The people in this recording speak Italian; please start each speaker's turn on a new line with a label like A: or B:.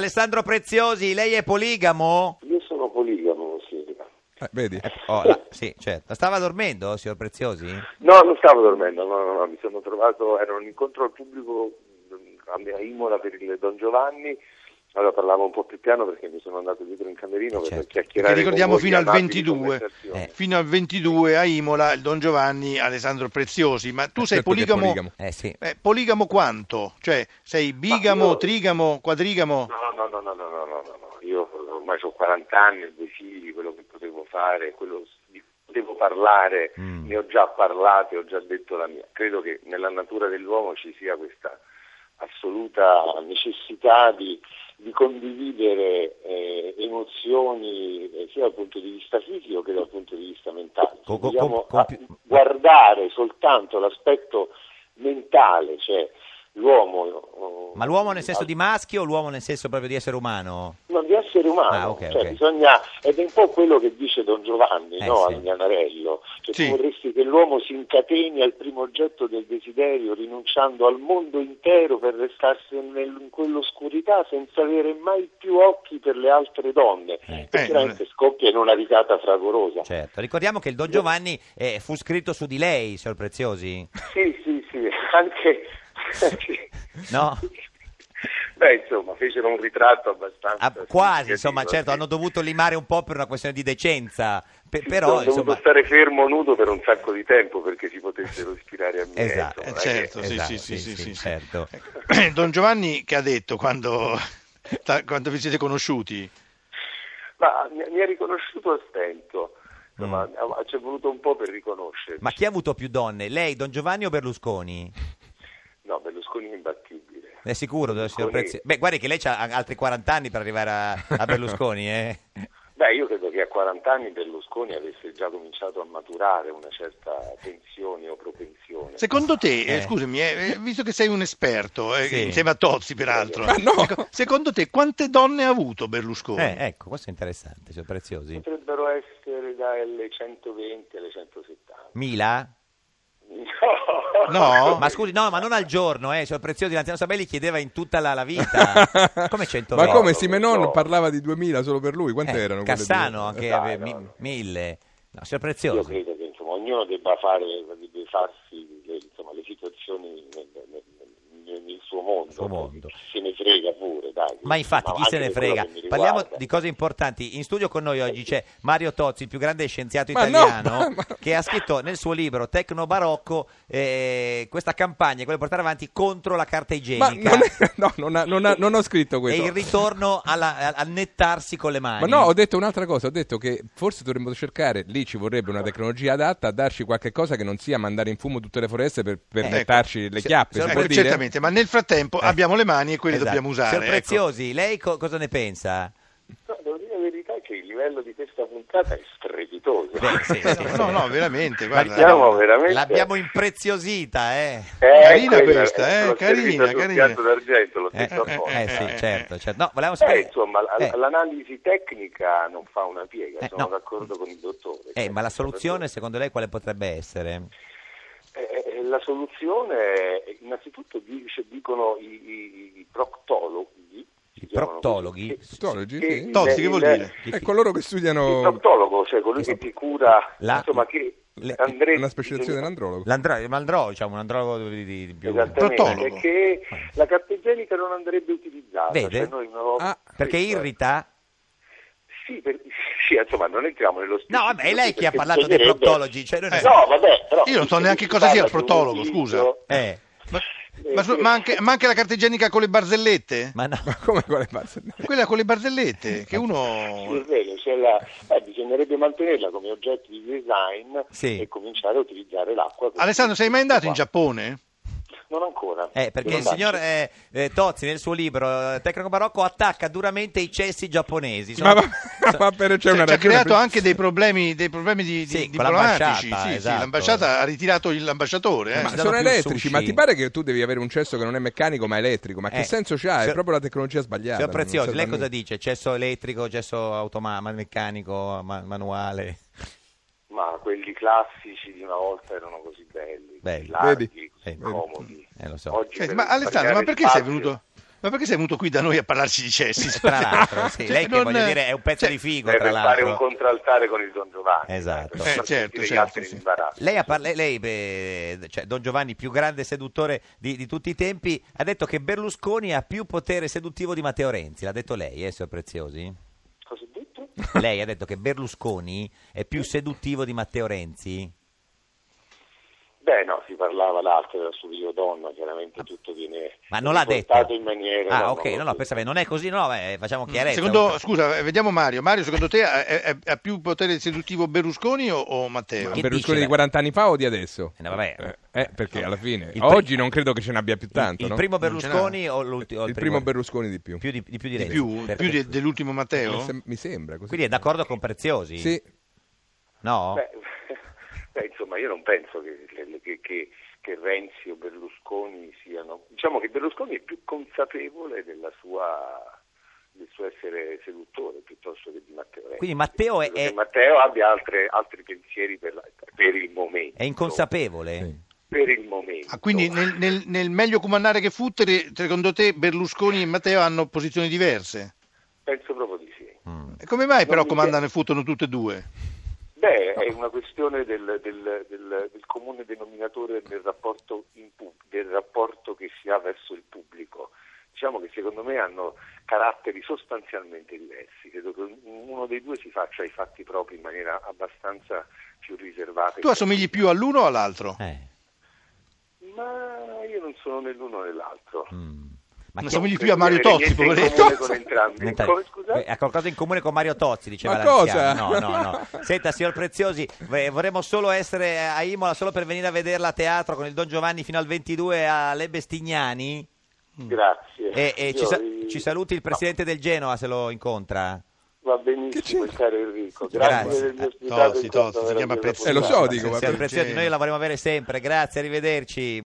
A: Alessandro Preziosi, lei è poligamo?
B: Io sono poligamo, signorina.
A: Eh, vedi? Oh, la- sì, certo. Stava dormendo, signor Preziosi?
B: No, non stavo dormendo, no, no, no, mi sono trovato, era un incontro al pubblico mh, a a Imola per il Don Giovanni, allora parlavo un po' più piano perché mi sono andato dietro in camerino per
A: Certo.
B: chiacchierare.
C: Che ricordiamo
B: con voi
C: fino
B: di
C: al
B: amabili
C: 22.
B: conversazioni.
A: Eh.
C: Fino al 22 a Imola, il Don Giovanni, Alessandro Preziosi. Ma tu
D: Eh,
C: sei
D: certo che è
C: poligamo?
D: poligamo.
A: Eh sì.
C: Eh, poligamo quanto? Cioè, sei bigamo,
B: Ma io-
C: trigamo, quadrigamo?
B: No, no, no, no, no, no, no, no, no, io ormai ho 40 anni, ho due figli, quello che potevo fare, quello di cui potevo parlare,
A: Mm.
B: ne ho già parlato, e ho già detto la mia. Credo che nella natura dell'uomo ci sia questa assoluta necessità di, di condividere eh, emozioni eh, sia dal punto di vista fisico che dal punto di vista mentale.
A: Co- co-
B: Dobbiamo
A: com- compi-
B: a- guardare soltanto l'aspetto mentale, cioè l'uomo... oh,
A: Ma l'uomo nel senso
B: al-
A: di maschio o l'uomo nel senso proprio di essere umano?
B: non di essere umano,
A: Ah, ok,
B: cioè
A: ok.
B: bisogna, ed è un po' quello che dice Don Giovanni
A: Eh,
B: no,
A: sì.
B: al Mianarello, cioè
C: Sì.
B: tu vorresti che l'uomo si incateni al primo oggetto del desiderio rinunciando al mondo intero per restarsi nel- in quell'oscurità senza avere mai più occhi per le altre donne,
A: Eh.
B: che
C: Eh,
B: chiaramente
C: non
B: scoppia in una risata fragorosa.
A: Certo. Ricordiamo che il Don Giovanni eh, fu scritto su di lei, signor Preziosi.
B: Sì, sì, sì, anche... anche-
A: No?
B: Beh, insomma, fecero un ritratto abbastanza...
A: Ah, quasi,
B: significativo,
A: insomma, certo,
B: sì.
A: hanno dovuto limare un po' per una questione di decenza. Pe-
B: Sì,
A: però,
B: sono dovuto
A: insomma...
B: stare fermo nudo per un sacco di tempo perché si potessero ispirare a me.
A: Esatto,
B: insomma,
C: Eh,
B: è che-
C: certo, sì,
A: Esatto,
C: sì,
A: sì,
C: sì, sì,
A: sì,
C: sì, sì.
A: certo.
C: Eh, Don Giovanni che ha detto quando, ta- quando vi siete conosciuti?
B: Ma mi, mi ha riconosciuto a stento, insomma, a- ci è voluto un po' per riconoscermi.
A: Mm. Ma chi ha avuto più donne? Lei, Don Giovanni o Berlusconi?
B: No, Berlusconi è imbattibile.
A: È sicuro, signor
B: Berlusconi-
A: Preziosi? Beh, guardi che lei ha altri 40 anni per arrivare a, a Berlusconi, eh?
B: Beh, io credo che a 40 anni Berlusconi avesse già cominciato a maturare una certa tensione o propensione.
C: Secondo te, eh,
A: Eh.
C: scusami, eh, eh, visto che sei un esperto, eh,
A: Sì.
C: insieme a Tozzi peraltro,
D: Ma no!
C: ecco, secondo te quante donne ha avuto
B: Boh.
C: Berlusconi?
A: Eh, ecco, questo è interessante, signor Preziosi.
B: Potrebbero essere dalle 120 alle 170.
A: Mila?
B: No,
C: No?
A: Ma scusi, no, ma non al giorno, eh, signor Preziosi, l'anziano Sabelli chiedeva in tutta la, la vita. Come Eh, 100
D: Ma come
B: no,
D: Simenon
B: no.
D: parlava di 2000 solo per lui? Quante
A: Eh,
D: erano? quelle
A: Cassano
D: due?
A: anche
B: Dai,
A: ave-
B: no,
A: mi-
B: no.
A: mille. No, signor
B: Io
A: Preziosi.
B: credo che insomma, ognuno debba fare, debba farsi le, insomma, le situazioni nel, nel- nel- nel suo mondo.
A: Suo mondo.
B: Chi Se ne frega pure, dai.
A: Ma infatti, chi
B: anche
A: se ne
B: per quello
A: frega?
B: che mi
A: Parliamo
B: riguarda.
A: di cose importanti. In studio con noi oggi c'è Mario Tozzi, il più grande scienziato
D: Ma no,
A: italiano,
D: ma- ma-
A: che ha scritto nel suo libro Tecno Barocco eh, questa campagna, quella di portare avanti contro la carta
D: Eh, Ma
A: igienica
D: non, è- no, non ha- non ha- non ho scritto
A: e
D: questo.
A: il ritorno alla- a nettarsi con le
D: Ma
A: mani.
D: no, ho detto un'altra cosa, ho detto che forse dovremmo cercare, lì ci vorrebbe una tecnologia adatta a darci qualche cosa che non sia mandare in fumo tutte le foreste per, per
A: Eh,
D: metterci
A: ecco.
D: le
A: Se-
D: chiappe,
A: se-
D: si
C: Ecco,
D: può dire?
C: certamente, ma nel frattempo abbiamo le mani e quelle
A: Eh. Esatto.
C: dobbiamo
A: Signor
C: usare. ecco.
A: Preziosi, lei co- cosa ne pensa?
B: No, devo dire la verità che il livello di questa puntata è strepitoso.
A: Beh, sì, sì, sì.
C: Eh, No, no, veramente, guarda.
B: Siamo veramente...
A: L'abbiamo impreziosita, eh.
B: Eh,
C: Carina
B: quella-
C: questa, eh,
B: l'ho
C: carina,
B: servita sul
C: carina.
B: piatto d'argento, l'ho
A: Eh,
B: detto apposta.
A: eh, sì,
C: eh,
A: certo, certo. No, volevamo
B: Eh,
A: sapere...
B: insomma, l-
A: eh,
B: l'analisi tecnica non fa una piega,
A: Eh,
B: sono
A: no.
B: d'accordo con il dottore.
A: eh, ma la soluzione secondo lei quale potrebbe essere?
B: Eh, eh, La soluzione, è, innanzitutto, dice- dicono i, i- i proctologhi. si
A: I
B: chiamano
A: proctologhi?
B: così, che-
D: Proctologi,
B: che
D: sì.
B: il-
C: Tozzi, che vuol
B: il-
C: dire?
D: È coloro che studiano...
B: Il proctologo, cioè colui che ti cura,
A: La-
B: insomma, che
A: le-
B: andrebbe-
D: una specializzazione dell'andrologo.
A: L'andro- ma andrò, diciamo, un andrologo di, di- di più.
B: Esattamente,
C: Proctologo.
B: che la carta igienica non andrebbe utilizzata.
A: Vede?
B: cioè noi non lo-
D: Ah,
A: Perché irrita?
B: Sì, per- sì, insomma, non entriamo nello
A: No,
B: specifico.
A: vabbè, è lei che ha
B: perché
A: parlato dei
B: bisognerebbe-
A: proctologi. Cioè, noi ne-
C: Eh.
B: No, vabbè, però...
C: Io non so neanche cosa sia il proctologo, scusa.
A: Eh,
C: Ma, ma su- ma anche, ma anche la carta igienica con le barzellette?
A: ma no.
D: Ma come quale pazzo?
C: Quella con le barzellette, che uno...
B: Sul velo, cioè la- eh, bisognerebbe mantenerla come oggetto di design
A: Sì.
B: e cominciare a utilizzare l'acqua. per-
C: Alessandro, sei mai andato in Giappone?
B: Non ancora.
A: Eh, perché
B: Devo
A: il signor
B: andarci.
A: eh, eh, Tozzi nel suo libro eh, Tecnico Barocco attacca duramente i cessi giapponesi. Sono-
D: Ma, va- ma per- c'è
C: Cioè,
D: una
C: ci ha
D: ragione...
C: creato
D: per-
C: anche dei problemi, dei problemi di, di-
A: Sì, con
C: diplomatici.
A: l'ambasciata,
C: Sì, sì,
A: esatto.
C: l'ambasciata ha ritirato il- l'ambasciatore. eh.
D: Ma
A: ci danno
D: sono
A: più
D: elettrici,
A: sushi.
D: ma ti pare che tu devi avere un cesso che non è meccanico ma elettrico? Ma
A: Eh,
D: che senso c'ha? È
A: signor-
D: proprio la tecnologia sbagliata.
A: Signor
D: non- non
A: Preziosi,
D: serve
A: lei
D: a
A: cosa
D: nulla.
A: dice? Cesso elettrico, cesso automatico, meccanico, ma- manuale?
B: Ma quelli classici di una volta erano così belli,
A: Belli.
B: larghi,
D: Vedi?
B: così
A: Vedi.
B: comodi.
A: Eh, lo so.
B: Oggi
C: Senti,
B: per
C: ma Alessandro, ma
B: tagliare
C: perché sei
B: spazio-
C: venuto? Ma perché sei venuto qui da noi a parlarci di cessi?
A: Tra l'altro, sì,
C: Cioè,
A: lei che
C: non-
A: voglio dire è un pezzo
C: cioè,
A: di figo,
B: Eh,
A: tra
B: per fare un
A: l'altro.
B: contraltare con il Don Giovanni.
A: Esatto.
B: Per far
C: Eh, certo,
B: sentire gli
C: certo,
B: altri in
C: sì.
B: imbarazzo.
A: Lei, ha par- lei- lei, beh, cioè, Don Giovanni, più grande seduttore di, di tutti i tempi, ha detto che Berlusconi ha più potere seduttivo di Matteo Renzi. L'ha detto lei, eh, signor Preziosi?
B: Cosa ho detto?
A: Lei ha detto che Berlusconi è più seduttivo di Matteo Renzi?
B: Beh no, si parlava l'altro della sua io donna, chiaramente tutto viene
A: Ah. Ma non l'ha detto?
B: riportato in maniera...
A: Ah,
B: no, Mm,
A: ok,
B: no,
A: no, no, per sapere, non è così, no, eh, facciamo chiarezza.
C: Secondo, scusa, eh, vediamo Mario. Mario, secondo te ha- è- è- ha più potere seduttivo Berlusconi o, o Matteo?
A: Che
D: Berlusconi
A: dice,
D: di
A: beh?
D: 40 anni fa o di adesso?
A: Eh, no, vabbè.
D: Eh, eh, perché alla fine,
A: Il pri-
D: oggi non credo che ce n'abbia più tanto,
A: il,
D: no?
A: primo
C: Non ce n'è.
A: Berlusconi o l'ultimo?
D: Il primo Berlusconi di più.
A: Più di, di più di
C: Di
A: Renzi.
C: più,
A: Per-
C: più de- dell'ultimo
D: Mi
C: Matteo?
D: sem- mi sembra così.
A: Quindi è Eh. d'accordo con Preziosi?
D: Sì,
A: No?
B: Beh, beh, insomma, io non penso che, che- che- che Renzi o Berlusconi siano. Diciamo che Berlusconi è più consapevole della sua- del suo essere seduttore piuttosto che di Matteo Renzi.
A: Quindi Matteo è-
B: Credo che
A: è-
B: Matteo abbia altre- altri pensieri per, la- per il momento.
A: È inconsapevole?
D: Sì.
B: Per il momento.
C: Ah, quindi nel, nel- nel meglio comandare che fottere, secondo te Berlusconi e Matteo hanno posizioni diverse?
B: Penso proprio di sì.
A: Mm.
C: E come mai però
B: Non mi
C: comandano e fottono tutte e due?
B: Beh, è una questione del, del- del- del comune denominatore del rapporto, in pub- del rapporto che si ha verso il pubblico. Diciamo che secondo me hanno caratteri sostanzialmente diversi, credo che uno dei due si faccia i fatti propri in maniera abbastanza più riservata.
C: Tu assomigli più all'uno o all'altro?
A: Eh,
B: Ma io non sono né l'uno né l'altro.
A: mm. Ma
C: Non
A: chi-
C: siamo gli-
B: Credo
C: più a
B: di
C: Mario
B: avere
C: Tozzi,
B: niente in
C: poveretto.
B: comune con entrambi.
A: Niente-
B: Come, scusate?
A: eh, ha qualcosa in comune con Mario Tozzi, diceva
D: Ma
A: l'anziano.
D: cosa?
A: No, no, no. Senta, signor Preziosi, v- vorremmo solo essere a Imola solo per venire a vederla a teatro con il Don Giovanni fino al 22 alle Bestignani.
B: Grazie.
A: E, e Eh, ci,
B: Io
A: sa-
B: vi-
A: ci saluti il
B: No.
A: presidente del Genoa se lo incontra.
B: Va
D: Che c'è?
B: benissimo, caro Enrico. Grazie,
A: Grazie.
B: per avermi ospitato.
C: Tozzi,
B: in questa
C: Tozzi, si chiama
B: meravigliosa
C: Prezzi.
D: Eh, lo so,
B: puntata.
D: dico,
A: Signor
D: vabbè.
A: Preziosi, noi la vorremmo avere sempre. Grazie, arrivederci.